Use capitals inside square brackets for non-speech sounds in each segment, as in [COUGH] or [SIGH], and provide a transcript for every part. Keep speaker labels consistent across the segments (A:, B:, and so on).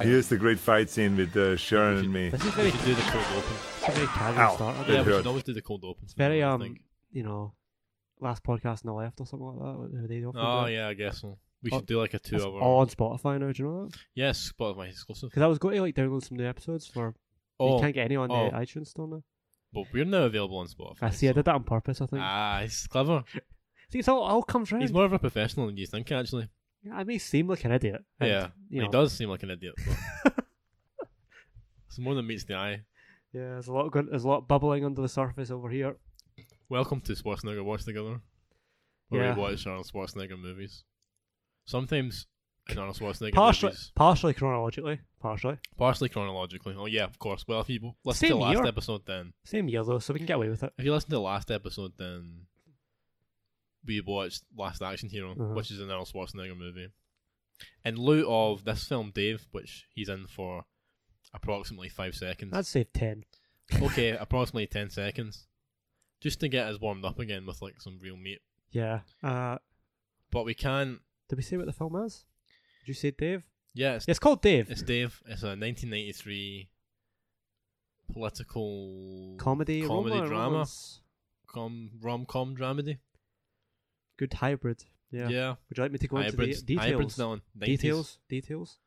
A: Here's the great fight scene with uh, Sharon and me.
B: This is very.
C: We should do the cold open.
B: It's a very casual
A: Ow.
B: start.
A: Good
C: Yeah, we
A: God.
C: should always do the cold open.
B: It's very
C: I
B: um,
C: think.
B: you know, last podcast on the left or something like that. What the day off?
C: Oh yeah, I guess so. We
B: Oh,
C: should do like a two
B: That's
C: hour.
B: all on Spotify now. Do you know that?
C: Yes, Spotify exclusive.
B: Because I was going to like download some new episodes for. you
C: Oh,
B: can't get any on
C: oh.
B: the iTunes store now.
C: but we're now available on Spotify.
B: I see. I
C: so-
B: did that on purpose. I think.
C: Ah, he's clever.
B: see, it's all, all comes round.
C: He's more of a professional than you think, actually.
B: I may seem like an idiot. and,
C: yeah,
B: You know,
C: he does seem like an idiot.
B: [LAUGHS]
C: but- it's more than meets the eye.
B: Yeah, there's a lot. Going, there's a lot bubbling under the surface over here.
C: Welcome to Schwarzenegger Watch Together, where
B: Yeah.
C: we watch Arnold Schwarzenegger movies. Sometimes in Arnold Schwarzenegger
B: Partially,
C: movies,
B: partially chronologically, partially
C: partially chronologically. Oh yeah, of course. Well, if you listen to
B: Same
C: the last
B: year.
C: episode, then
B: same year though, so we can get away with it.
C: if you listen to the last episode, then we watched Last Action Hero,
B: Uh-huh.
C: which is an Arnold Schwarzenegger movie. In lieu of this film, Dave, which he's in for approximately five seconds.
B: I'd save ten.
C: [LAUGHS] okay, approximately ten seconds, just to get us warmed up again with like some real meat.
B: Yeah. Uh,
C: But we can.
B: did we say what the film is? Did you say Dave?
C: Yeah, it's,
B: Yeah, it's called Dave.
C: it's Dave. It's a 1993 political
B: comedy,
C: comedy
B: romance,
C: drama, com rom com dramedy.
B: Good hybrid. Yeah.
C: Yeah,
B: Would you like me to go
C: hybrids.
B: into the
C: hybrids
B: details?
C: now in 90s.
B: details. Details.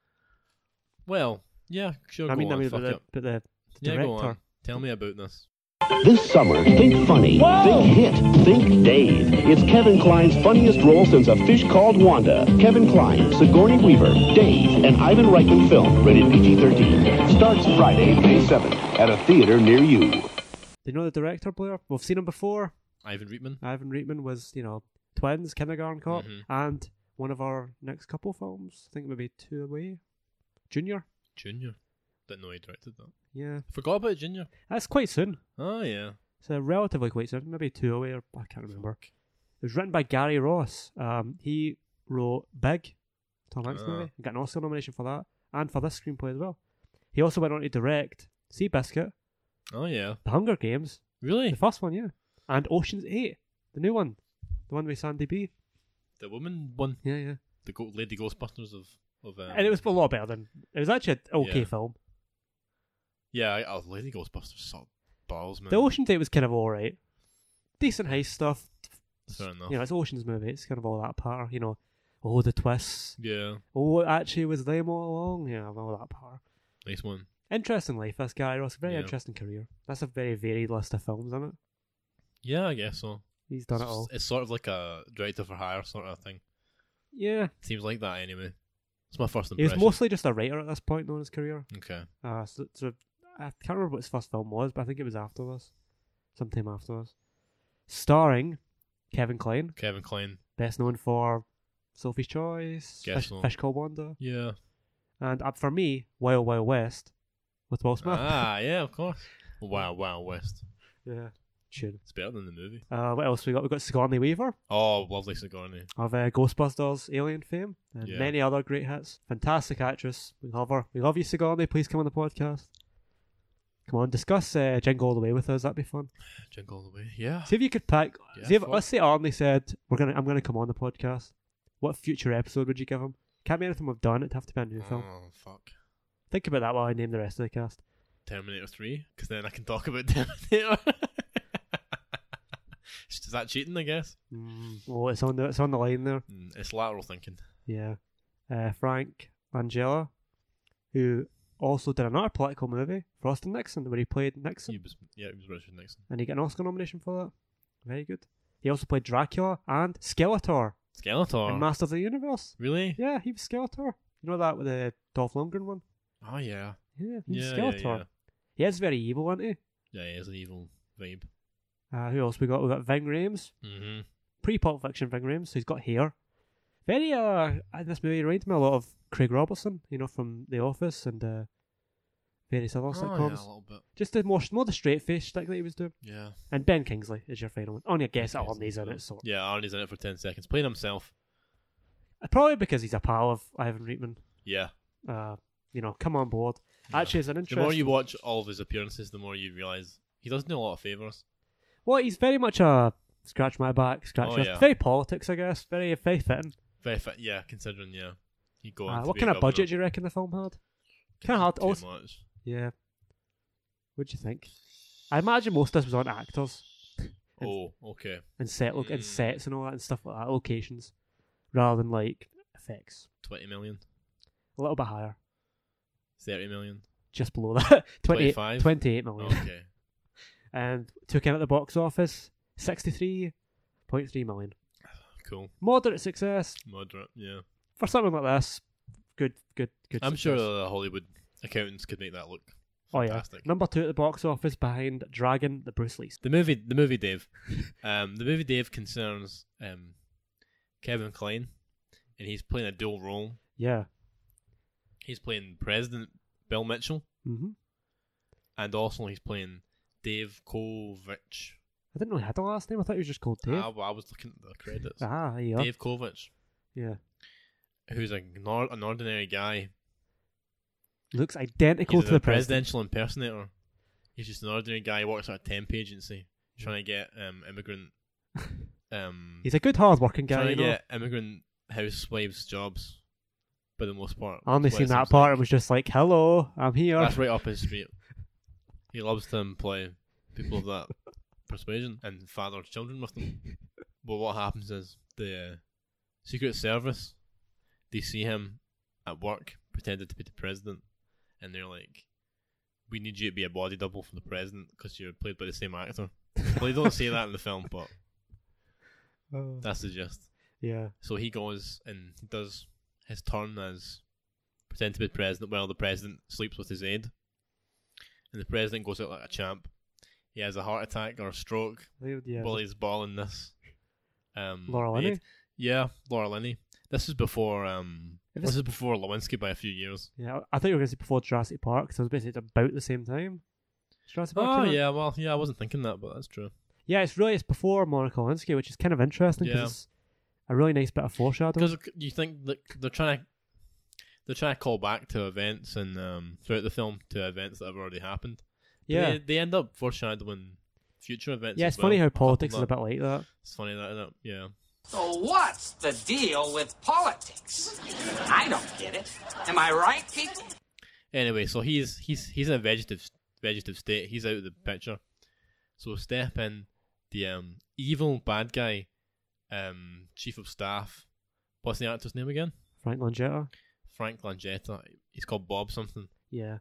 C: Well, yeah, sure.
B: I
C: go
B: mean,
C: on,
B: I mean,
C: fuck
B: but the,
C: it.
B: but the, the
C: Yeah, go on.
B: director.
C: Tell me about this.
D: This summer, think funny, think hit, think Dave. It's Kevin Klein's funniest role since A Fish Called Wanda. Kevin Klein, Sigourney Weaver, Dave, and Ivan Reichman film, rated PG-13. Starts Friday, May 7th, at a theater near you.
B: Do you know the director, Blair? We've seen him before.
C: Ivan Reitman.
B: Ivan Reitman was, you know, twins, kindergarten cop,
C: Mhm.
B: and one of our next couple films. I think maybe two away. Junior.
C: Junior. Didn't know he directed that.
B: Yeah,
C: Forgot about Junior.
B: that's quite soon.
C: Oh yeah.
B: So relatively quite soon, maybe two away, or I can't remember. It was written by Gary Ross. Um, he wrote Big, Tom Hanks
C: Ah.
B: movie. He got an Oscar nomination for that, and for this screenplay as well. He also went on to direct Seabiscuit,
C: Oh yeah.
B: The Hunger Games,
C: Really?
B: the first one, yeah, and Ocean's Eight, the new one, the one with Sandy B.
C: The woman one.
B: Yeah, yeah.
C: The go- Lady Ghostbusters of of. Um,
B: and it was a lot better than it was actually an okay
C: Yeah.
B: film.
C: Yeah, I, oh, Lady Ghostbusters sucked balls, man.
B: The Ocean's Eight was kind of alright, decent heist stuff.
C: Fair enough.
B: You know, it's Ocean's movie. It's kind of all that part. You know, oh the twists.
C: Yeah,
B: Oh, it actually was them all along. Yeah, all that part.
C: nice one.
B: Interesting life. That's Gary Ross. Very
C: Yeah.
B: interesting career. That's a very varied list of films, isn't it?
C: Yeah, I guess so.
B: He's done it
C: it's,
B: all.
C: it's sort of like a director for hire sort of thing.
B: Yeah,
C: Seems like that anyway. It's my first
B: he was
C: impression.
B: mostly just a writer at this point though in his career.
C: okay.
B: Uh, so, so I can't remember what his first film was, but I think it was after this, sometime after this, starring Kevin Kline.
C: Kevin Klein.
B: best known for Sophie's Choice,
C: Guess
B: Fish,
C: so.
B: Fish Called Wanda, [LAUGHS]
C: Yeah.
B: and uh, for me, Wild Wild West with Will Smith.
C: ah, yeah, of course. Wow, wow, West.
B: [LAUGHS] Yeah, tune.
C: It's better than the movie.
B: Uh, what else we got? We got Sigourney Weaver
C: Oh, lovely Sigourney.
B: of uh, Ghostbusters, Alien fame, and
C: Yeah.
B: many other great hits. Fantastic actress. We love her. We love you, Sigourney. Please come on the podcast. Come on, discuss uh, Jingle All the Way with us. That'd
C: [GASPS]
B: be fun.
C: Jingle all the way. Yeah.
B: See if you could pick.
C: Yeah,
B: see if,
C: fuck.
B: let's say Arnie said we're gonna. I'm gonna come on the podcast. What future episode would you give him? Can't be anything we've done. It'd have to be a new film.
C: Oh fuck.
B: Think about that while I name the rest of the cast.
C: Terminator Three, because then I can talk about [LAUGHS] Terminator. Is that cheating? I guess.
B: Mm. Oh, it's on the it's on the line there.
C: Mm, It's lateral thinking.
B: Yeah, uh, Frank Langella, who also did another political movie, Frost and Nixon, where he played Nixon,
C: He was, yeah, he was Richard Nixon.
B: and he got an Oscar nomination for that. Very good. He also played Dracula and Skeletor in
C: Skeletor.
B: Master of the Universe.
C: really?
B: Yeah, he was Skeletor. You know that with the Dolph Lundgren one.
C: Oh yeah.
B: Yeah, he
C: Yeah,
B: was
C: yeah,
B: Skeletor.
C: yeah.
B: He is very evil, isn't he?
C: Yeah, he has an evil vibe.
B: Uh, who else we got? We got Ving Rhames,
C: Mm-hmm.
B: pre Pulp Fiction Ving Rhames, so he's got hair. Very uh, uh, this movie reminds me a lot of Craig Robertson, you know, from The Office and uh, various other
C: Oh, yeah, a
B: Oh, sitcoms.
C: little bit.
B: Just the more more the straight face shtick that he was doing.
C: Yeah.
B: And Ben Kingsley is your final one. On your guess, at Arnie's in it, so
C: Yeah, Arnie's in it for ten seconds, playing himself.
B: Uh, probably because he's a pal of Ivan Reitman.
C: Yeah.
B: Uh, you know, come on board.
C: Yeah.
B: Actually, it's an
C: The more
B: interesting.
C: you watch all of his appearances, the more you realize he doesn't do a lot of favors.
B: Well, he's very much a scratch my back, scratch
C: Oh,
B: yours.
C: yeah.
B: Very politics, I guess. Very very fitting.
C: Very fit. Yeah, considering yeah, he go. on
B: Uh,
C: to
B: what
C: be a
B: kind of budget do
C: governor.
B: you reckon the film had? Kind of hard.
C: Too
B: Also,
C: much.
B: yeah. What do you think? I imagine most of this was on actors And-
C: Oh, okay.
B: and set look and
C: Mm.
B: sets and all that and stuff like that, locations, rather than like effects.
C: 20 million,
B: A little bit higher,
C: 30 million.
B: just below that. [LAUGHS] 28,
C: 25?
B: 28 million.
C: Okay.
B: And took in at the box office, 63.3 million.
C: Cool.
B: Moderate success
C: Moderate. Yeah.
B: for something like this. Good, good, good.
C: I'm sure
B: success.
C: the Hollywood accountants could make that look
B: Oh yeah,
C: fantastic.
B: number two at the box office behind Dragon, the Bruce Lee.
C: The movie, the movie
B: [LAUGHS]
C: Dave, um, the movie Dave concerns um, Kevin Klein, and he's playing a dual role.
B: Yeah.
C: He's playing President Bill Mitchell,
B: hmm
C: and also he's playing Dave Kovich.
B: I didn't know he had a last name. I thought he was just called Dave.
C: I, I Ah, was looking at the credits.
B: ah, yeah,
C: Dave Kovich,
B: yeah.
C: who's a, nor- an ordinary guy,
B: Looks identical
C: he's
B: to the
C: a
B: president.
C: presidential impersonator. He's just an ordinary guy. who works at a temp agency, trying to get um,
B: [LAUGHS]
C: immigrant, um,
B: He's a good, hard-working guy.
C: trying
B: You
C: to
B: know?
C: get immigrant housewives jobs. For the most part,
B: I only
C: That's what
B: seen
C: it
B: that
C: seems
B: part.
C: like.
B: It was just like, "Hello, I'm here."
C: That's right up his street. He loves to employ people of that persuasion and father children with them. But what happens is the uh, Secret Service they see him at work pretending to be the president, and they're like, "We need you to be a body double for the president because you're played by the same actor." Well, they don't say that in the film, but
B: Oh,
C: that's the gist.
B: [LAUGHS] yeah,
C: So he goes and he does his turn as pretend to be president while the president sleeps with his aide. And the president goes out like a champ. He has a heart attack or a stroke
B: They- yeah.
C: while he's balling this. Um,
B: Laura
C: aide.
B: Linney?
C: Yeah, Laura Linney. This is before um,
B: If
C: this
B: it's-
C: is before Lewinsky by a few years.
B: yeah. I thought you were going to say before Jurassic Park. So it was basically about the same time. Jurassic Park.
C: Oh
B: came out?
C: yeah, well yeah, I wasn't thinking that, but that's true.
B: Yeah, it's really it's before Monica Lewinsky, which is kind of interesting because
C: Yeah.
B: it's a really nice bit of foreshadowing.
C: Because you think that they're trying to they're trying to call back to events and um, throughout the film to events that have already happened. But
B: Yeah,
C: They, they end up foreshadowing future events.
B: yeah.
C: as
B: It's funny
C: well.
B: how politics is a
C: Couple
B: bit like that.
C: of- It's funny that, isn't it? yeah.
E: So what's the deal with politics? I don't get it. Am I right, people?
C: Anyway, so he's he's he's in a vegetative vegetative state. He's out of the picture. So step in the um, evil bad guy, um, chief of staff. What's the actor's name again?
B: Frank Langetta.
C: Frank Langetta. He's called Bob something.
B: Yeah.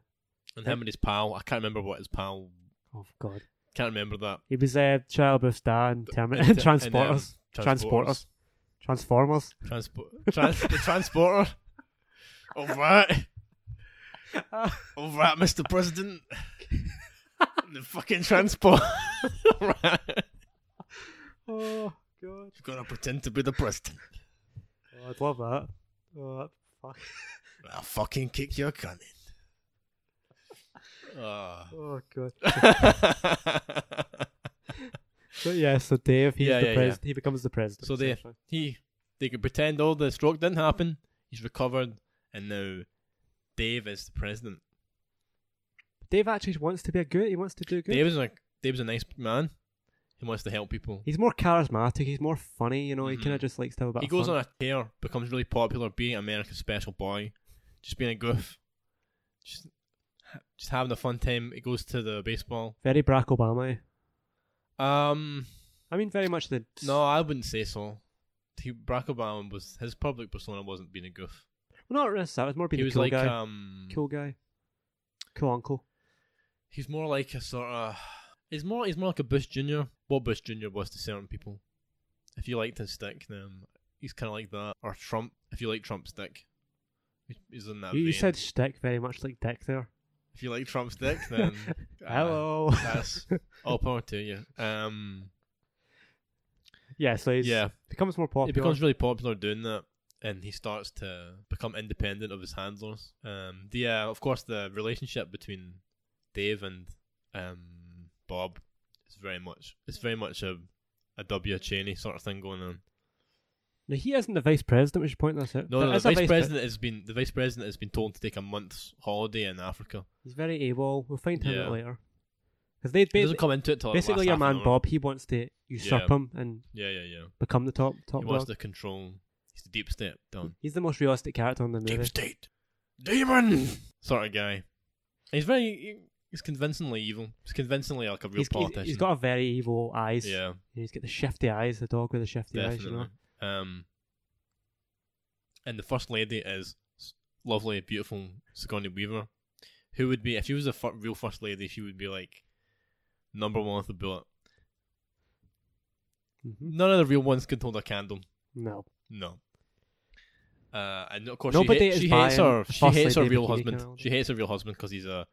C: And him and his pal. I can't remember what his pal.
B: Oh God.
C: Can't remember that.
B: He was uh, Shia LaBeouf's dad and Terminator,
C: [LAUGHS] And-
B: [LAUGHS]
C: and, um,
B: Transporters, Transporters, Transformers.
C: [LAUGHS] Transport trans- the transporter. All right. All right, Mr. President. the fucking transport. All right.
B: Oh God,
C: You've got to pretend to be the president.
B: oh, I'd love that. Oh, that fuck.
C: I'll fucking kick your cunt in. Ah.
B: Oh God. But yeah, so Dave,
C: [LAUGHS]
B: he's
C: Yeah,
B: the
C: yeah,
B: pres- he becomes the president.
C: so they,
B: essentially.
C: he, they could pretend all the stroke didn't happen. He's recovered, and now Dave is the president.
B: Dave actually wants to be a good. He wants to do good.
C: Dave's a Dave's a nice man. He wants to help people.
B: He's more charismatic. He's more funny. You know, he
C: Mhm.
B: kind of just likes to have a bit.
C: He
B: of
C: goes
B: fun.
C: on a tear, becomes really popular, being America's special boy, just being a goof, just just having a fun time. He goes to the baseball.
B: very Barack Obama.
C: Um,
B: I mean, very much the
C: no, I wouldn't say so. He, Barack Obama was his public persona wasn't being a goof.
B: Well, not really. That was more being
C: he
B: a
C: was
B: cool
C: like
B: guy.
C: um,
B: cool guy. Cool uncle.
C: he's more like a sort of he's more he's more like a Bush Junior. What Bush Junior was to certain people. If you liked his stick, then he's kind of like that. Or Trump, if you like Trump's stick, he's- he's in that.
B: You, you
C: vein.
B: said shtick very much like Dick there.
C: If you like Trump's dick,
B: [LAUGHS]
C: then uh,
B: Hello.
C: that's all power to you. Um,
B: [LAUGHS] Yeah, so he's,
C: Yeah.
B: becomes more popular.
C: it becomes really popular doing that, and he starts to become independent of his handlers. Um, the uh, of course the relationship between Dave and um, Bob is very much it's very much a a W Cheney sort of thing going on.
B: Now, he isn't the vice president. We should point this out.
C: No,
B: There
C: no the
B: is a
C: vice,
B: pre-
C: president has been the vice president has been told to take a month's holiday in Africa.
B: he's very AWOL. We'll find him
C: Yeah.
B: out later. Because they
C: He
B: basically,
C: doesn't come into it till the
B: basically
C: last
B: your
C: half an
B: man
C: hour.
B: Bob. He wants to usurp
C: Yeah.
B: him and
C: Yeah, yeah, yeah.
B: become the top top
C: He wants to
B: dog.
C: control. He's the deep step down.
B: He's the most realistic character in the movie.
C: state. Demon! sort of guy. He's very. he- He's convincingly evil. He's convincingly like a real
B: He's, he's-
C: politician.
B: he's got a very evil eyes.
C: yeah,
B: He's got the shifty eyes, the dog with the shifty eyes, you
C: definitely.
B: know.
C: Um, and the first lady is s- lovely, beautiful Sigourney Weaver, who would be if she was a fir- real first lady, she would be like number one with the bullet.
B: Mhm.
C: None of the real ones could hold a candle.
B: No.
C: No. Uh, and of course,
B: Nobody
C: she, ha-
B: is
C: she hates
B: buying
C: her.
B: a
C: She
B: first
C: hates her
B: lady
C: real
B: bikini
C: husband.
B: canal.
C: She hates her real husband because he's a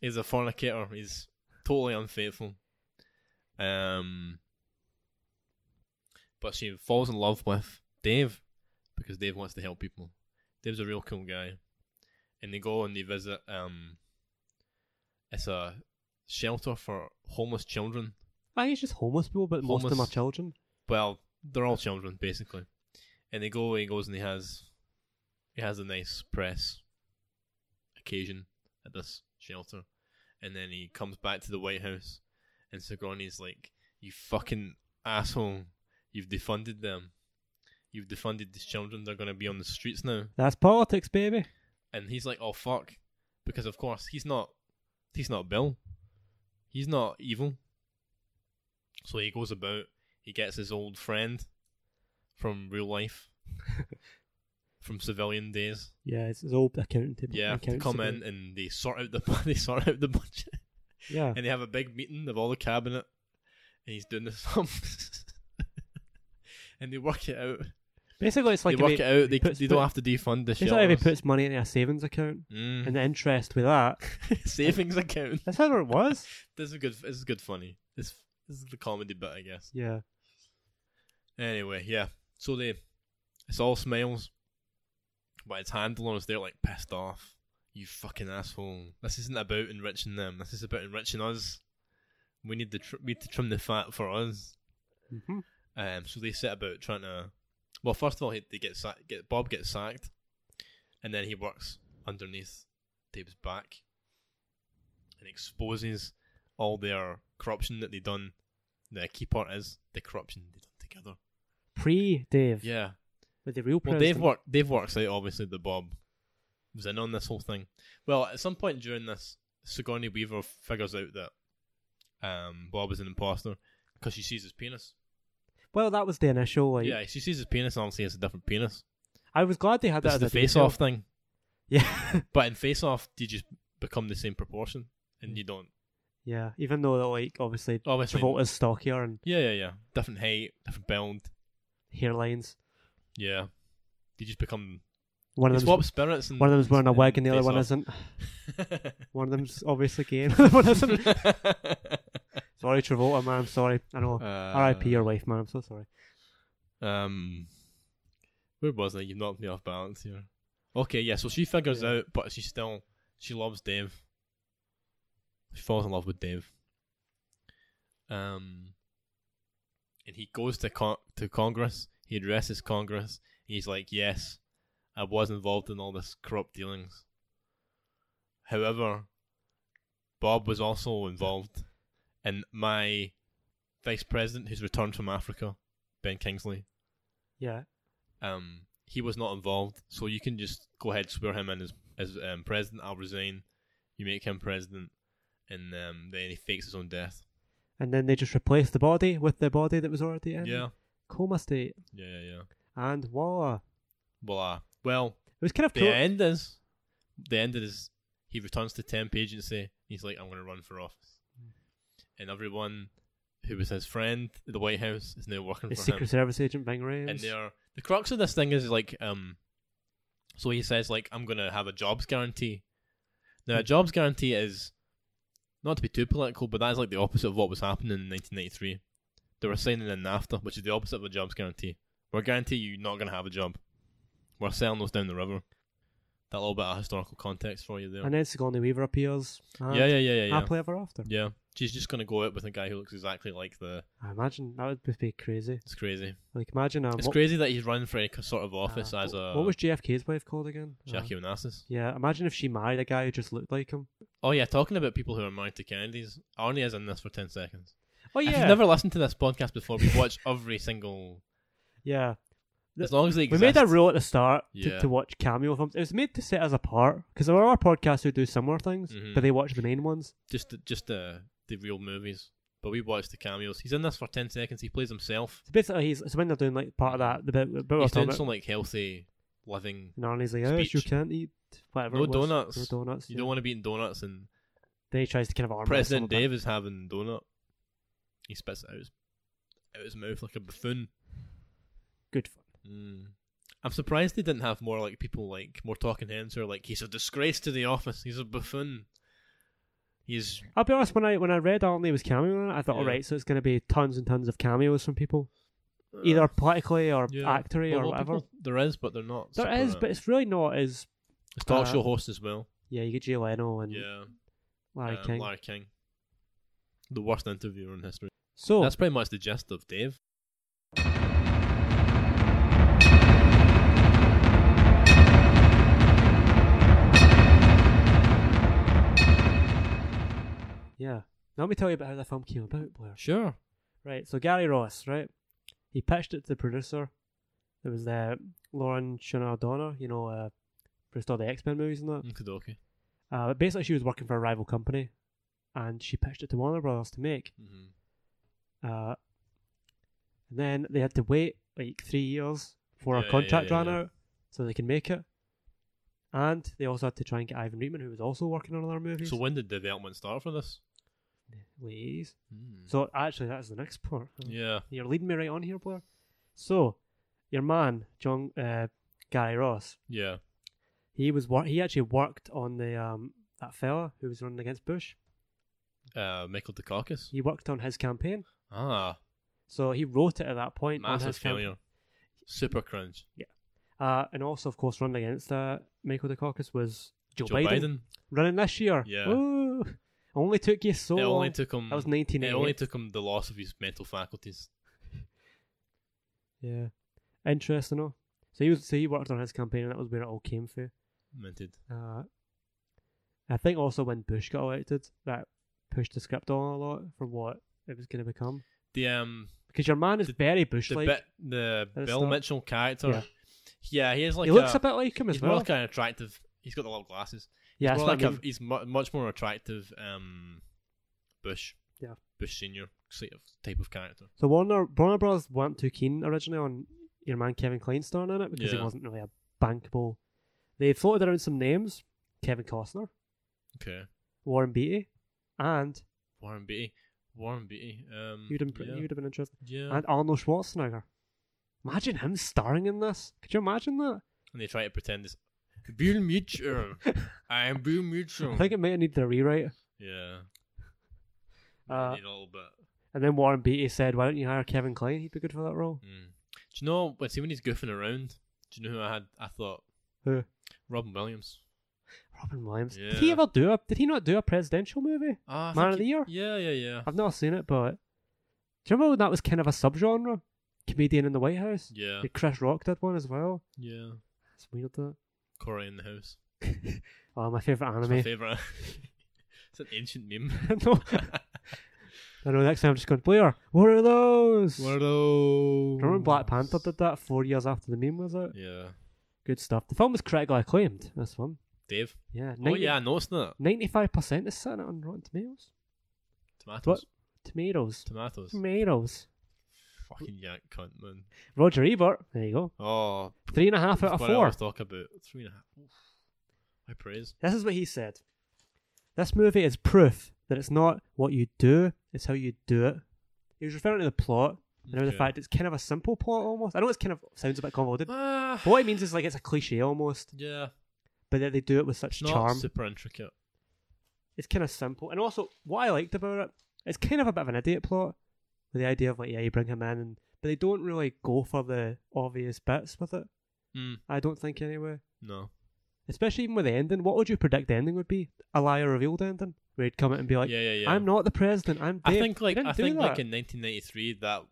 C: he's a fornicator. He's totally unfaithful. Um, but she falls in love with Dave because Dave wants to help people. Dave's a real cool guy, and they go and they visit. Um, it's a shelter for homeless children.
B: I think it's just homeless people, but most of them are
C: Homeless.
B: children.
C: Well, they're all children basically, and they go away. He goes and he has, he has a nice press occasion at this shelter, and then he comes back to the White House, and Sigourney's like, "You fucking asshole! You've defunded them. You've defunded these children. They're gonna be on the streets now."
B: That's politics, baby.
C: and he's like, "Oh fuck," because of course he's not, he's not Bill, he's not evil. So he goes about, he gets his old friend from real
B: [LAUGHS]
C: life, from civilian days,
B: Yeah, it's, it's all accounting to
C: yeah, to
B: accounts
C: come
B: about-
C: in and they sort out the [LAUGHS] they sort out the
B: [LAUGHS]
C: budget,
B: Yeah.
C: and they have a big meeting of all the cabinet, and he's doing the sums, [LAUGHS] and they work it out.
B: Basically, it's like
C: they work
B: if
C: it
B: he-
C: out. They,
B: puts-
C: they don't
B: put-
C: have to defund the
B: Basically, if he
C: shelters.
B: puts money into a savings account
C: Mm.
B: and the interest with that,
C: [LAUGHS] savings account.
B: that's how it was.
C: This is good. This is good funny. This this is the comedy bit, I guess.
B: yeah.
C: Anyway, yeah. So they, it's all smiles, but its handlers they're like pissed off. You fucking asshole! This isn't about enriching them. This is about enriching us. We need to tr- we need to trim the fat for us.
B: hmm
C: Um. So they set about trying to. Well, first of all, he, they get sack get Bob gets sacked, and then he works underneath Dave's back and exposes all their corruption that they done. The key part is the corruption they done together.
B: Pre Dave.
C: Yeah.
B: With the real
C: Well,
B: president.
C: Dave worked. Dave works out obviously that Bob was in on this whole thing. Well, at some point during this, Sigourney Weaver figures out that um, Bob is an imposter because she sees his penis.
B: Well, that was the initial. Like,
C: yeah, she sees his penis. and Obviously, it's a different penis.
B: I was glad they had
C: That's
B: Ah, that.
C: the
B: as a
C: face
B: detail.
C: off thing.
B: [LAUGHS] Yeah.
C: But in face off, you just become the same proportion, and you don't.
B: yeah. Even though, that, like, obviously,
C: Obviously,
B: Travolta's stockier and
C: yeah, yeah, yeah. Different height, different build.
B: hairlines.
C: Yeah, you just become.
B: One
C: You
B: of
C: swap
B: them's
C: spirits. And,
B: one of them's wearing a wig and the other
C: Face
B: one
C: Off. [LAUGHS]
B: isn't. One of them's obviously gay. and the other [LAUGHS] one isn't.
C: [LAUGHS]
B: Sorry, Travolta, man. I'm sorry.
C: [LAUGHS]
B: I know.
C: Uh,
B: R.I.P. Your wife, man. I'm so sorry.
C: Um, where was I? You knocked me off balance here. Okay, yeah. So she figures
B: Yeah.
C: out, but she still she loves Dave. She falls in love with Dave. Um, and he goes to con- to Congress. He addresses Congress. He's like, "Yes, I was involved in all this corrupt dealings. However, Bob was also involved, and my vice president, who's returned from Africa, Ben Kingsley,
B: Yeah.
C: um, he was not involved. So you can just go ahead swear him in as as um, president. I'll resign. You make him president, and um, then he fakes his own death.
B: And then they just replaced the body with the body that was already in.
C: Yeah,
B: Coma state.
C: yeah, yeah, yeah.
B: And voila.
C: Well, uh, well,
B: It was kind of
C: the
B: cool.
C: end is the end is he returns to temp agency. He's like, I'm going to run for office,
B: Hmm.
C: and everyone who was his friend at the White House is now working
B: The
C: for
B: Secret
C: him.
B: Service agent Bing
C: and
B: Rames.
C: they're the crux of this thing is like um so he says like i'm gonna have a jobs guarantee now a
B: Hmm.
C: jobs guarantee is not to be too political but that's like the opposite of what was happening in 1993 they were signing in nafta which is the opposite of a jobs guarantee we're guaranteeing you not gonna have a job we're selling those down the river that little bit of historical context for you there
B: And then Sigourney Weaver appears. And
C: yeah yeah yeah yeah yeah
B: Happily ever after.
C: yeah she's just gonna go out with a guy who looks exactly like the
B: I imagine that would be- be crazy.
C: it's crazy
B: Like imagine um,
C: it's
B: what-
C: crazy that he's running for any sort of
B: uh,
C: office as a
B: what was JFK's wife called again? Uh,
C: Jackie Onassis
B: yeah, imagine if she married a guy who just looked like him.
C: Oh yeah, talking about people who are married to Kennedys, Arnie is in this for ten seconds.
B: Oh
C: If [LAUGHS]
B: yeah,
C: you've never listened to this podcast before, we watch every single
B: yeah.
C: As long as they
B: We
C: exist.
B: made a rule at the start
C: Yeah.
B: to, to watch cameo films. It was made to set us apart because there are podcasts who do similar things,
C: Mhm.
B: but they watch the main ones.
C: Just, the, just the, the real movies. But we watched the cameos. He's in this for 10 seconds. He plays himself.
B: So basically, he's so when they're doing like part of that, the bit, the bit we're
C: He's
B: talking
C: doing
B: about,
C: some like healthy living.
B: and Arnie's like, "Oh, you
C: speech.
B: can't eat whatever."
C: No
B: it was.
C: donuts.
B: No donuts.
C: You don't want to be eating donuts, and
B: Then he tries to kind of arm wrestle
C: President
B: him a bit.
C: Dave is having donut. He spits it out his, out his mouth like a buffoon.
B: Good fun.
C: Mm. I'm surprised they didn't have more like people like more talking heads who are like he's a disgrace to the office. He's a buffoon. He's
B: I'll be honest. When I when I read Arnie was cameoing, on it, I thought,
C: Yeah.
B: "All right, so it's going to be tons and tons of cameos from people, either politically or
C: Uh, yeah.
B: actory
C: Well,
B: or
C: well,
B: whatever."
C: people- there is, but they're not.
B: There
C: supporting
B: is,
C: it.
B: but it's really not as
C: it's talk
B: uh,
C: show host as well.
B: yeah. You get Jay Leno and
C: Yeah,
B: Larry
C: um,
B: Mm. King.
C: Larry King, the worst interviewer in history.
B: so
C: That's pretty much the gist of Dave.
B: yeah, now let me tell you about how the film came about, Blair.
C: Sure.
B: Right, so Gary Ross, right? He pitched it to the producer. There was uh, Lauren Shannon O'Donnell, you know, uh, produced all the X Men movies and
C: Mm.
B: that.
C: Kadoki.
B: Uh, but basically, she was working for a rival company, and she pitched it to Warner Brothers to make.
C: Mm-hmm.
B: Uh, and then they had to wait like three years before
C: Yeah,
B: her
C: yeah,
B: contract
C: yeah,
B: ran
C: yeah.
B: out, so they can make it. And they also had to try and get Ivan Reitman, who was also working on other movies.
C: So when did development start for this?
B: Please. So actually, that's the next part.
C: Hmm. Yeah.
B: You're leading me right on here, Blair. So, your man, John uh, Gary Ross,
C: Yeah.
B: he was wor- he actually worked on the um that fella who was running against Bush.
C: Uh, Michael Dukakis.
B: He worked on his campaign,
C: Ah,
B: so he wrote it at that point. on
C: massive
B: his camp-
C: failure. Super cringe.
B: Uh, and also, of course, running against uh, Michael Dukakis was Joe,
C: Joe
B: Biden.
C: Biden.
B: running this year.
C: Yeah.
B: Woo! only took you so
C: it
B: long.
C: only took him.
B: that was
C: It only
B: 1988.
C: took him the loss of his mental faculties.
B: yeah, interesting. Though. So he was so he worked on his campaign, and that was where it all came through.
C: Minted.
B: Uh, I think also when Bush got elected, that pushed the script on a lot for what it was going to become.
C: The um
B: Because your man is very
C: the
B: Bush-like.
C: bit the
B: At the
C: Bill
B: start.
C: Mitchell character. Yeah, he is like
B: he looks
C: a,
B: a bit like him as
C: he's
B: well.
C: more kind of attractive. He's got the little glasses. he's,
B: yeah, that's
C: more
B: what
C: like
B: I mean.
C: a, he's mu- much more attractive. Um, Bush.
B: Yeah.
C: Bush senior sort of type of character.
B: so Warner Warner Bros weren't too keen originally on your man Kevin Klein starring in it because
C: Yeah.
B: he wasn't really a bankable. They floated around some names: Kevin Costner,
C: Okay.
B: Warren Beatty, and
C: Warren Beatty. Warren Beatty. Um,
B: you'd imp-
C: yeah.
B: you'd have been interested,
C: yeah.
B: and Arnold Schwarzenegger. Imagine him starring in this. Could you imagine that?
C: and they try to pretend it's Bill
B: [LAUGHS]
C: Mitchell. I am Bill Mitchell.
B: I think it might need a rewrite.
C: yeah.
B: Uh,
C: Need a little bit.
B: And then Warren Beatty said, "Why don't you hire Kevin Klein? He'd be good for that role."
C: Mm. Do you know? When see when he's goofing around, do you know who I had? I thought
B: Who?
C: Robin Williams.
B: Robin Williams. Did
C: Hmm. Yeah.
B: he ever do a? Did he not do a presidential movie?
C: Ah, I
B: Man
C: think
B: of the
C: he-
B: Year?
C: Yeah, yeah, yeah,
B: I've not seen it, but do you remember when that was kind of a subgenre? Comedian in the White House.
C: yeah,
B: The Chris Rock did one as well.
C: yeah.
B: It's weird that.
C: Corey in the house.
B: Oh, my favorite
C: It's
B: anime.
C: my favorite. [LAUGHS] it's an ancient meme.
B: [LAUGHS] no, I know. Next time I'm just going, Blair. What are
C: [LAUGHS]
B: those?
C: What are those?
B: Remember when Black Panther did that four years after the meme was out?
C: Yeah,
B: Good stuff. The film was critically acclaimed. This one,
C: Dave.
B: yeah,
C: oh yeah, I noticed that.
B: ninety-five percent is sitting on Rotten Tomatoes.
C: Tomatoes.
B: What? Tomatoes.
C: Tomatoes.
B: Tomatoes.
C: Fucking yank cunt man.
B: Roger Ebert. There you go.
C: Oh,
B: Three and a half out of
C: what I
B: four.
C: always talk about three and a half. Oof. I praise.
B: This is what he said. This movie is proof that it's not what you do, it's how you do it. He was referring to the plot and how the
C: Okay.
B: fact it's kind of a simple plot almost. I know it's kind of sounds a bit convoluted.
C: Ah,
B: But what he means is like it's a cliche almost,
C: yeah,
B: but that they do it with
C: it's
B: such
C: not
B: charm.
C: super intricate.
B: it's kind of simple. And also, what I liked about it, it's kind of a bit of an idiot plot with the idea of like, yeah, you bring him in, and, but they don't really go for the obvious bits with it.
C: Mm,
B: I don't think, anyway.
C: no.
B: Especially even with the ending. What would you predict the ending would be? A liar revealed ending? Where he'd come out and be like,
C: Yeah, yeah, yeah.
B: I'm not the president, I'm
C: I
B: Dave.
C: think
B: You
C: like
B: didn't
C: I
B: do
C: think
B: that.
C: like in 1993 that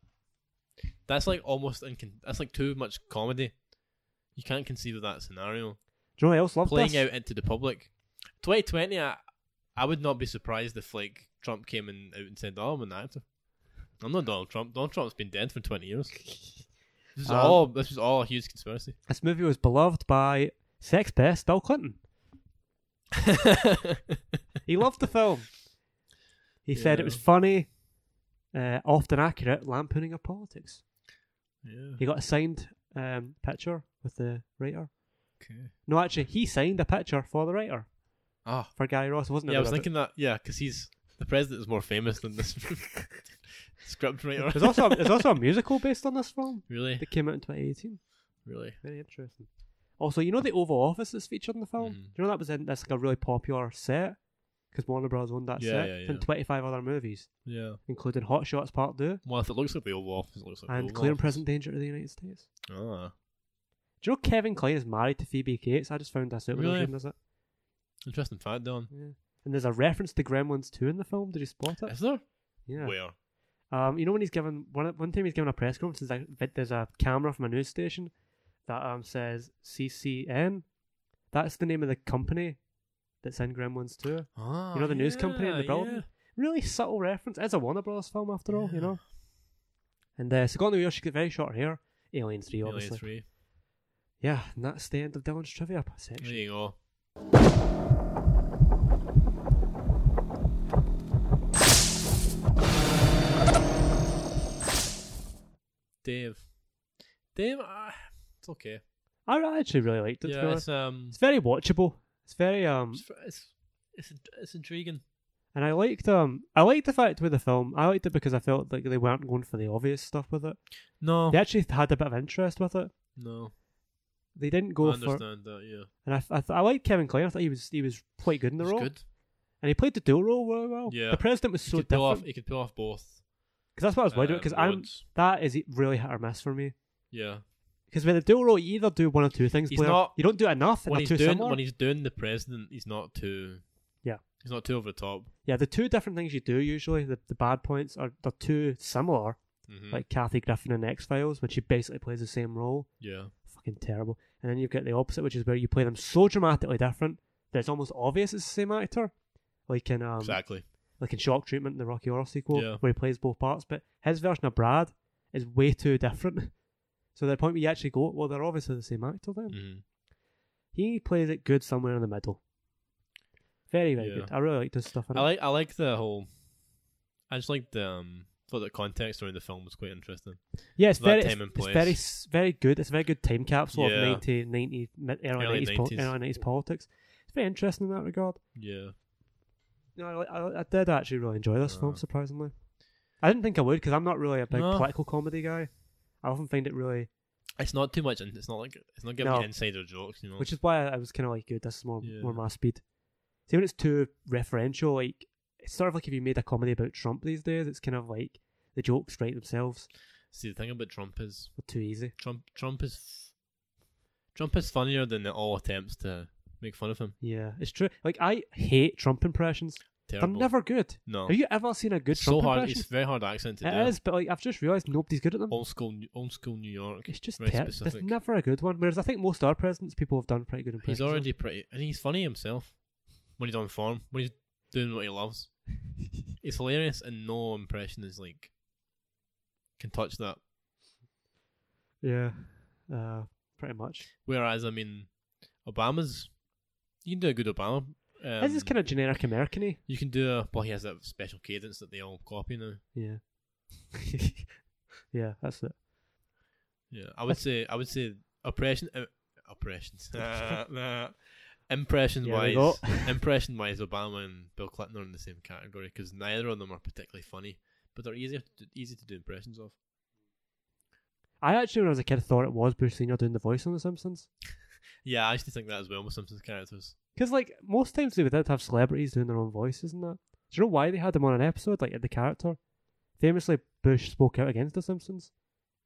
C: that's like almost incon- that's like too much comedy. You can't conceive of that scenario
B: Do you know what else loved
C: playing
B: this?
C: out into the public. 2020, I, I would not be surprised if like Trump came in out and said, "Oh, I'm an actor. I'm not Donald Trump. Donald Trump's been dead for 20 years." This is
B: Um,
C: all. This is all a huge
B: [LAUGHS]
C: conspiracy.
B: This movie was beloved by sex pest Bill Clinton.
C: [LAUGHS]
B: He loved the film. He said it was
C: Yeah.
B: funny, uh, often accurate, lampooning of politics.
C: yeah.
B: He got a signed um, picture with the writer.
C: Okay.
B: No, actually, he signed a picture for the writer
C: Ah.
B: for Gary Ross, wasn't it?
C: Yeah, I was thinking that. Yeah, because he's the president is more famous than this [LAUGHS] script writer.
B: There's also there's also a musical based on this film
C: [LAUGHS] really,
B: that came out in 2018.
C: really.
B: Very interesting. Also, you know the Oval Office that's featured in the film. Do
C: Mhm.
B: you know that was in that's like a really popular set because Warner Bros owned that
C: Yeah,
B: set
C: yeah,
B: and
C: yeah.
B: 25 other movies,
C: Yeah.
B: including Hot Shots Part Two
C: Well, if it looks like the Oval Office, it looks like the
B: and
C: Oval
B: Clear and
C: Office.
B: Present Danger to the United States.
C: Ah,
B: Do you know Kevin Kline is married to Phoebe Cates? I just found this out when I was
C: Really?
B: reading this. out.
C: interesting fact, Don.
B: Yeah. And there's a reference to Gremlins 2 in the film. Did you spot it?
C: Is there?
B: Yeah.
C: Where?
B: Um, you know when he's given one one time he's given a press conference. There's a, but there's a camera from a news station that um says CCN. That's the name of the company that's in Gremlins 2.
C: Ah,
B: You know the news company in
C: yeah,
B: the building.
C: yeah.
B: Really subtle reference. It's a Warner Brothers film after all, you
C: Yeah.
B: know. And uh, Sigourney Weaver, she got very short hair. Alien Three,
C: Alien
B: obviously.
C: three.
B: Yeah, and that's the end of Dylan's trivia
C: There
B: section.
C: you go. Dave. Dave, uh, it's okay.
B: I I actually really liked it. to be
C: yeah,
B: honest.
C: it's um,
B: It's very watchable. It's very um,
C: it's, it's it's it's intriguing.
B: and I liked um, I liked the fact with the film. I liked it because I felt like they weren't going for the obvious stuff with it.
C: No,
B: They actually had a bit of interest with it.
C: no,
B: They didn't go
C: I
B: for,
C: understand that. Yeah,
B: and I th- I, th- I liked Kevin Kline. I thought he was he was quite good in the
C: It's
B: role,
C: good.
B: and he played the dual role really well.
C: Yeah.
B: the president was
C: He
B: so
C: could pull
B: different
C: off.
B: because
C: He could pull off both.
B: that's what I was worried about.
C: um,
B: Because I'm
C: roles.
B: that is really hit or miss for me.
C: Yeah,
B: Because with the dual role, you either do one or two things.
C: He's
B: Blair.
C: not-
B: you don't do it enough, and
C: when
B: they're
C: he's
B: too
C: doing
B: similar.
C: when he's doing the president, he's not too.
B: Yeah.
C: he's not too over the top.
B: yeah, the two different things you do usually, the, the bad points are they're too similar.
C: Mhm.
B: like Kathy Griffin in X Files, when she basically plays the same role.
C: yeah,
B: Fucking terrible. And then you've got the opposite, which is where you play them so dramatically different that it's almost obvious it's the same actor. Like in um,
C: exactly.
B: like in Shock Treatment, the Rocky Horror sequel,
C: Yeah.
B: where he plays both parts, but his version of Brad is way too different. [LAUGHS] So the point where you actually go, well, they're obviously the same actor then.
C: hmm
B: He plays it good somewhere in the middle. Very, very
C: Yeah.
B: good. I really like this stuff. in
C: I
B: it.
C: like I like the whole. I just like the um, thought the context around the film was quite interesting.
B: Yeah, it's
C: that
B: very,
C: time
B: it's,
C: and
B: it's
C: place.
B: very, s- very good. It's a very good time capsule
C: Yeah.
B: of 90, 90, mid- early,
C: Early
B: 90s, po-
C: 90s.
B: early 90s politics. It's very interesting in that regard.
C: Yeah,
B: No, I, li- I, li- I did actually really enjoy this film,
C: Ah.
B: surprisingly. I didn't think I would because I'm not really a big
C: No.
B: political comedy guy. I often find it really,
C: it's not too much, and it's not like it's not giving
B: No.
C: you insider jokes, you know.
B: which is why I was kind of like, good, this is more,
C: Yeah.
B: more my speed. See, when it's too referential, like, it's sort of like if you made a comedy about Trump these days, it's kind of like the jokes write themselves.
C: See, the thing about Trump is
B: They're too easy.
C: Trump Trump is f- Trump is funnier than all attempts to make fun of him.
B: Yeah, it's true. Like, I hate Trump impressions.
C: Terrible.
B: They're never good.
C: No.
B: Have you ever seen a good
C: It's so
B: Trump
C: hard.
B: impression?
C: It's very hard accent to do.
B: It is, but like I've just realised nobody's good at them.
C: Old school, old school New York.
B: it's just
C: very
B: ter- there's
C: specific.
B: never a good one. Whereas I think most our presidents people have done pretty good impressions.
C: He's
B: of.
C: already pretty, and he's funny himself when he's on form. When he's doing what he
B: [LAUGHS]
C: loves, it's hilarious, and no impression is like can touch that.
B: yeah, uh, pretty much.
C: Whereas, I mean, Obama's you can do a good Obama. Um,
B: this is kind of generic American-y.
C: you can do a well. He has that special cadence that they all copy now.
B: Yeah, [LAUGHS] yeah, that's it.
C: Yeah, I would say I would say oppression uh, oppressions. Impression
B: Yeah,
C: wise,
B: we go. [LAUGHS]
C: impression wise, Obama and Bill Clinton are in the same category because neither of them are particularly funny, but they're easy to, easy to do impressions of.
B: I actually, when I was a kid, thought it was Bush Senior doing the voice on The Simpsons
C: Yeah, I used to think that as well with Simpsons characters.
B: because like most times they would have celebrities doing their own voices and that. Do you know why they had them on an episode? Like the character, famously, Bush spoke out against The Simpsons.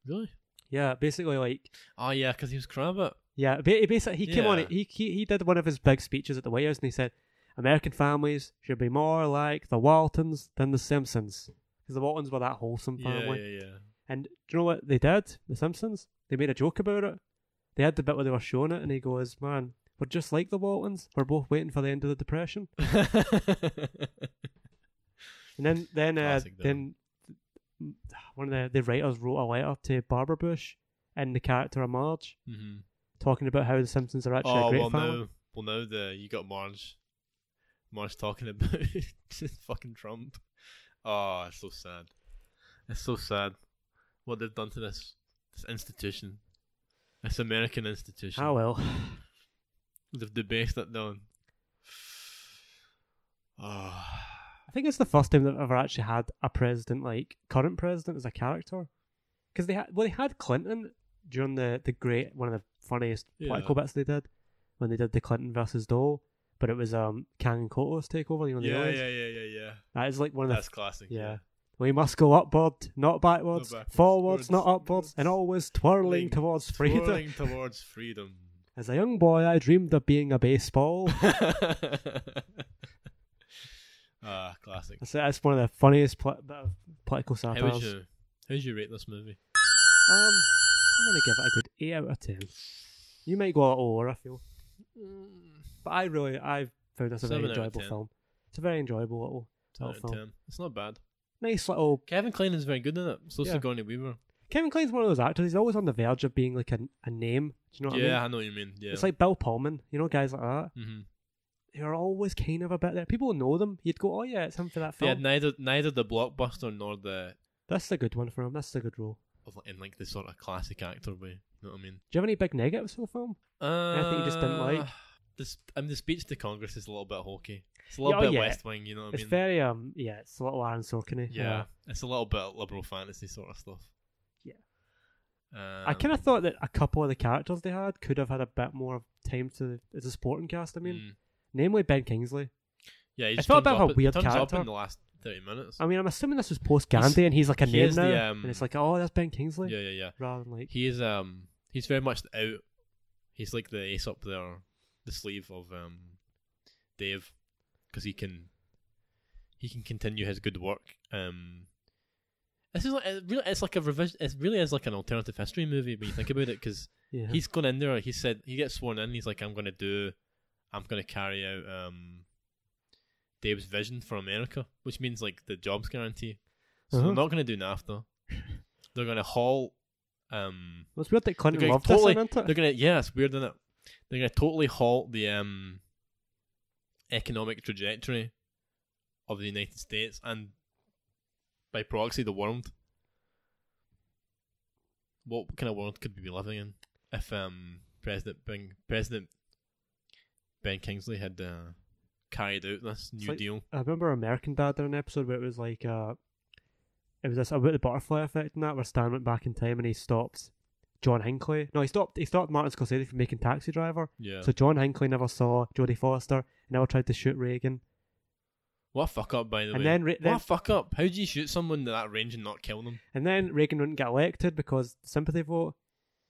C: Really?
B: Yeah, basically, like
C: Oh yeah, because he was Krabbit.
B: Yeah, ba- he basically he came on
C: Yeah.
B: it. He, he he did one of his big speeches at the White House, and he said, "American families should be more like the Waltons than the Simpsons, because the Waltons were that wholesome
C: Yeah, yeah,
B: family."
C: yeah.
B: And do you know what they did? The Simpsons. They made a joke about it. They had the bit where they were showing it, and he goes, "Man, we're just like the Waltons. We're both waiting for the end of the Depression." And then then uh,
C: Classic, though.
B: then one of the, the writers wrote a letter to Barbara Bush and the character of Marge
C: [LAUGHS] Mm-hmm.
B: talking about how the Simpsons are actually a
C: Oh
B: great
C: well,
B: family.
C: now, well now the you got Marge, Marge talking about [LAUGHS] fucking Trump. Oh, it's so sad. It's so sad what they've done to this this institution, this American institution.
B: Ah well,
C: they've debased it down. [SIGHS] Oh,
B: I think it's the first time they've ever actually had a president like current president as a character, because they had well they had Clinton during the the great one of the funniest political
C: Yeah.
B: bits they did when they did the Clinton versus Dole, but it was um Kang and Koto's takeover. You know,
C: yeah, yeah, yeah, yeah, yeah.
B: that is like one of the
C: That's classic.
B: Yeah. We must go upward, not backwards,
C: backwards,
B: forwards, not
C: forwards,
B: upwards, and always twirling
C: Twirling-
B: towards freedom.
C: Twirling [LAUGHS] towards freedom. [LAUGHS]
B: As a young boy, I dreamed of being a baseball.
C: ah, classic.
B: that's, that's one of the funniest pl- bit of political
C: How
B: satires.
C: would you, how would you rate this movie?
B: Um, I'm going to give it a good 8 out of 10. You might go a little lower, I feel. But I really, I found this a very
C: Seven out of
B: enjoyable
C: 10.
B: film. It's a very enjoyable little,
C: Out
B: little
C: of
B: film.
C: 10. It's not bad.
B: Nice little.
C: Kevin Kline is very good in it. So is
B: Yeah.
C: Sigourney Weaver.
B: Kevin Kline's one of those actors, he's always on the verge of being like a, a name. Do you know what
C: yeah,
B: I mean?
C: I know what you mean. Yeah.
B: It's like Bill Pullman, you know, guys like that.
C: hmm
B: they're always kind of a bit there. People know them. You'd go, oh yeah, it's him for that
C: Yeah,
B: film.
C: neither neither the blockbuster nor the
B: That's a good one for him. That's a good role.
C: of- in like the sort of classic actor way. You know what I mean?
B: Do you have any big negatives for the film?
C: Uh,
B: Anything you just didn't like?
C: This, I mean, the speech to Congress is a little bit hokey. It's a little
B: Yeah, oh,
C: bit
B: yeah.
C: West Wing. You know what I
B: it's
C: mean?
B: very um, yeah, it's a little Aaron Sorkin.
C: yeah, it's a little bit liberal fantasy sort of stuff.
B: Yeah.
C: Um,
B: I kind of thought that a couple of the characters they had could have had a bit more time to as a supporting cast. I mean,
C: mm.
B: namely Ben Kingsley.
C: yeah, he
B: I
C: just
B: felt a
C: turns
B: bit of
C: up-
B: a weird
C: turns
B: character.
C: Up in the last thirty minutes.
B: I mean, I'm assuming this was post
C: He's-
B: Gandhi, and he's like a
C: he
B: name
C: is
B: now,
C: the, um,
B: and it's like, oh, that's Ben Kingsley,
C: yeah, yeah, yeah.
B: rather than like,
C: He is um he's very much the out. He's like the ace up there, the sleeve of um Dave, because he can he can continue his good work. Um, this is like it really it's like a revision. It really is like an alternative history movie when you think about it, because
B: yeah,
C: he's gone in there. He said he gets sworn in. He's like, I'm gonna do, I'm gonna carry out um Dave's vision for America, which means like the jobs guarantee. So
B: Uh-huh.
C: they're not gonna do
B: [LAUGHS]
C: NAFTA. they're gonna haul um
B: Well, it's weird that
C: they're
B: Clinton
C: gonna
B: loved
C: totally,
B: this, isn't
C: they're
B: it?
C: gonna yeah, it's weird, isn't it? They're gonna totally halt the um economic trajectory of the United States and by proxy the world. What kind of world could we be living in if um President Ben President Ben Kingsley had uh, carried out this New
B: like-
C: Deal?
B: I remember American Dad did an episode where it was like uh it was this about the butterfly effect and that where Stan went back in time and he stopped John Hinckley. No, he stopped he stopped Martin Scorsese from making Taxi Driver.
C: Yeah.
B: So John Hinckley never saw Jodie Foster, never tried to shoot Reagan.
C: what a fuck up by the
B: and
C: way.
B: then re-
C: what
B: then-
C: a fuck up. How do you shoot someone to that range and not kill them?
B: And then Reagan wouldn't get elected because sympathy vote,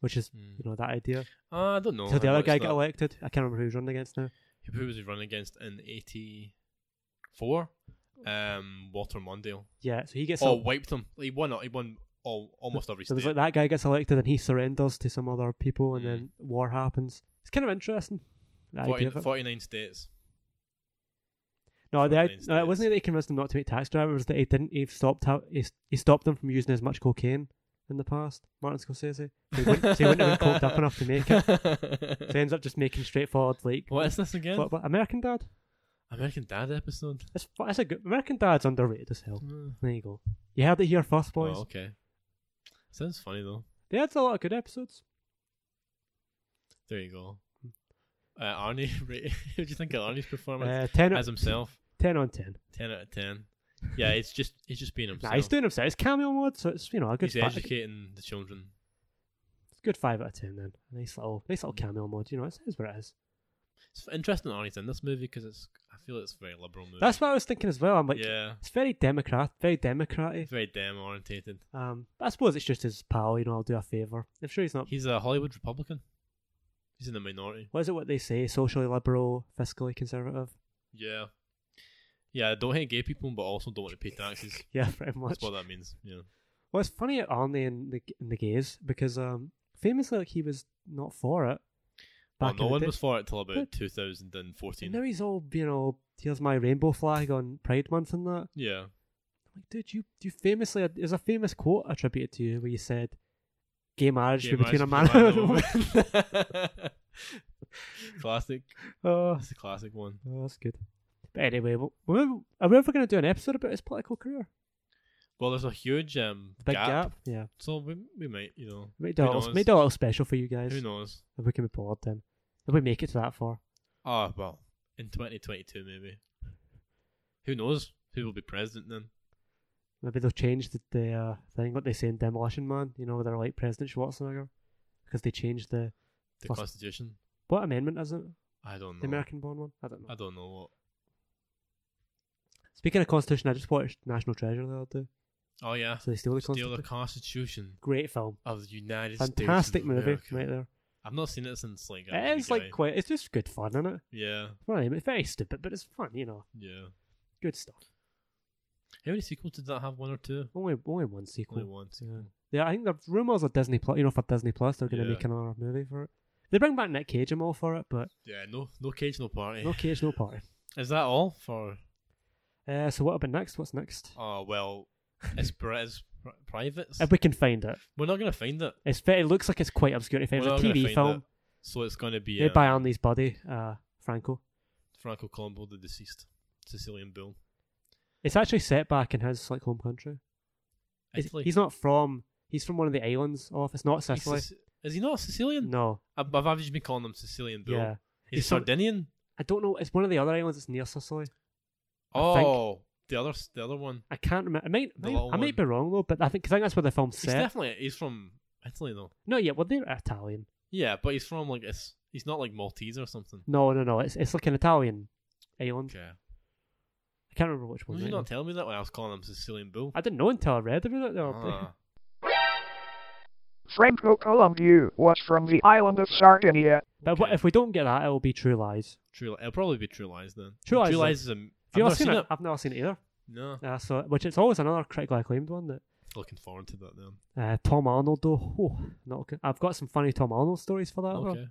B: which is
C: Mm.
B: you know that idea.
C: Uh, I don't know.
B: so the
C: I know
B: other
C: it's
B: guy
C: not-
B: got elected. I can't remember who he was running against now.
C: who was he running against in '84? Um, Walter Mondale.
B: Yeah, so he gets
C: oh,
B: el-
C: wiped him. He won. He won all, almost every
B: so
C: state.
B: there's like that guy gets elected and he surrenders to some other people
C: Hmm.
B: and then war happens. It's kind of interesting. the idea
C: 40
B: of it.
C: 49 states.
B: No, they,
C: Fucking
B: no, it wasn't
C: states.
B: that they convinced him not to make tax driver. It was that he didn't. He stopped. How, he, s- he stopped them from using as much cocaine in the past. Martin Scorsese. So he wouldn't, so he wouldn't have been coked up enough to make it. So he ends up just making straightforward like.
C: [LAUGHS] what is this again?
B: But, but American Dad.
C: American Dad episode.
B: That's, fu- that's a good. American Dad's underrated as hell.
C: Mm.
B: There you go. You heard it here first, boys.
C: Oh, okay. Sounds funny though.
B: They had a lot of good episodes.
C: There you go. Uh, Arnie, [LAUGHS] rate- what do you think of Arnie's performance
B: Uh, ten, o-
C: as himself?
B: ten on ten.
C: Ten out of ten. Yeah, it's just he's just being himself.
B: Nah, he's doing himself. It's cameo mode, so it's you know a good.
C: He's
B: Fi-
C: educating the children.
B: good five out of ten then. Nice little, nice little cameo mode. You know, it is what it is.
C: It's interesting Arnie's in this movie because it's. I feel it's a very liberal movie.
B: That's what I was thinking as well. I'm like,
C: yeah,
B: it's very Democrat, very Democratic.
C: he's very damn orientated.
B: Um, but I suppose it's just his pal, you know, I'll do a favour. I'm sure he's not.
C: He's a Hollywood Republican. He's in the minority.
B: What is it what they say? Socially liberal, fiscally conservative? [LAUGHS]
C: Yeah, yeah. I Don't hate gay people, but also don't want to pay taxes.
B: Yeah, pretty much.
C: That's what that means. Yeah.
B: Well, it's funny at Arnie and the, and the gays because um, famously, like, he was not for it.
C: Well,
B: Back
C: Oh, no
B: in
C: one
B: the day.
C: was for it till about
B: But- And
C: 2014.
B: now he's all, you know, here's my rainbow flag on Pride Month and that.
C: yeah.
B: uh, Like, dude, you, you famously, there's a famous quote attributed to you where you said, gay marriage
C: Gay
B: between a man
C: marriage
B: and a
C: between
B: woman.
C: a man and a woman. [LAUGHS] classic.
B: [LAUGHS] Oh,
C: That's the classic one.
B: oh, that's good. But anyway, w- w- are we ever going to do an episode about his political career?
C: Well, there's a huge um,
B: The big gap. Yeah.
C: So we, we might, you know,
B: Make do, a
C: Who
B: little,
C: knows?
B: make do a little special for you guys.
C: who knows?
B: If we can be bored then. If we make it to that far.
C: Ah, well, in 2022 maybe. Who knows? Who will be president then?
B: Maybe they'll change the, the uh, thing, what they say in Demolition Man, you know, they're like President Schwarzenegger. Because they changed the.
C: The
B: Plus-
C: Constitution?
B: What amendment is it?
C: I don't know.
B: The American born one? I don't know.
C: I don't know what.
B: Speaking of Constitution, I just watched National Treasure the other day.
C: Oh yeah,
B: So they steal the
C: steal
B: Constitution.
C: the Constitution
B: Great film.
C: of the United States.
B: Fantastic
C: of
B: movie
C: America.
B: right there.
C: I've not seen it since like. I
B: It
C: was
B: is
C: a
B: like
C: guy.
B: quite. It's just good fun, isn't it?
C: Yeah,
B: Well, I mean, it's very stupid, but it's fun, you know.
C: yeah.
B: Good stuff.
C: How many sequels did that have? One or two?
B: Only only one sequel.
C: Only one sequel.
B: Yeah, I think the rumors are Disney Plus. You know, for Disney Plus, they're going to
C: Yeah.
B: make another movie for it. They bring back Nick Cage and all for it, but
C: Yeah, no, no cage, no party.
B: no Cage, no party.
C: Is that all for?
B: Uh, so what about next? What's next?
C: Oh well, it's, pri- it's pri- privates.
B: If we can find it,
C: We're not gonna find it.
B: it's fa- it looks like it's quite obscure. If
C: We're
B: it's a
C: not gonna
B: TV
C: find
B: film
C: It. So it's gonna be
B: made
C: um,
B: by Arnie's buddy uh, Franco,
C: Franco Colombo, the deceased Sicilian Bill.
B: it's actually set back in his like home country. It's-
C: Italy.
B: He's not from. He's from one of the islands off. It's not
C: He's
B: Sicily.
C: Sic- is he not Sicilian? Uh,
B: No.
C: I've, I've averaged been calling him Sicilian Bill.
B: Yeah.
C: He's,
B: He's some-
C: Sardinian.
B: I don't know. It's one of the other islands that's near Sicily. I think-
C: Oh, the other the other one.
B: I can't remember. I might,
C: The
B: might-
C: little
B: I
C: one.
B: might be wrong though, but I think 'cause I think that's where the film's
C: He's
B: set.
C: definitely he's from Italy though.
B: no, yeah, well they're Italian.
C: Yeah, but he's from like it's he's not like Maltese or something.
B: No, no, no. It's it's like an Italian island.
C: Okay.
B: I can't remember which
C: Why
B: one.
C: did you
B: right
C: not
B: now.
C: tell me that when I was calling him Sicilian Bill?
B: I didn't know until I read about it. Though.
C: Ah.
F: Franco Colombo was from the island of Sardinia.
B: but what-
C: okay.
B: if we don't get that, it will be True Lies.
C: True, Li- it'll probably be True Lies then.
B: True Lies is-
C: is a. I've
B: Have you
C: never
B: ever seen,
C: seen
B: it? I've never seen it either.
C: No,
B: Uh, so, which it's always another critically acclaimed one that
C: looking forward to that then.
B: uh, Tom Arnold though. Oh, not good. I've got some funny Tom Arnold stories for that. though.
C: Okay.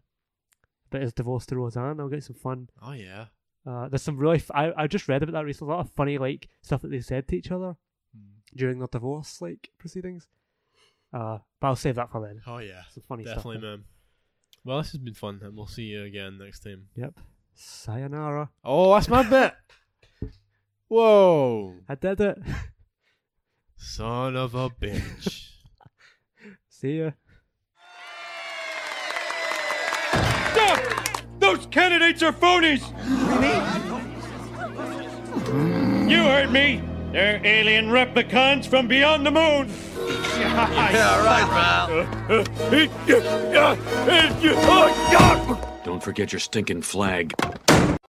B: But his divorce to Roseanne, I'll get some fun.
C: Oh yeah.
B: Uh, there's some really. F- I I just read about that recently. A lot of funny like stuff that they said to each other during their divorce like proceedings. Uh, but I'll save that for then.
C: Oh yeah.
B: Some funny stuff.
C: Definitely,
B: there.
C: man. Well, this has been fun, and we'll see you again next time.
B: Yep. Sayonara.
C: Oh, that's my bit. Whoa,
B: I did it. [LAUGHS]
C: son of a bitch.
B: See ya.
G: Those candidates are phonies! You heard me! They're alien replicants from beyond the moon! yeah, right, pal.
H: Don't forget your stinking flag.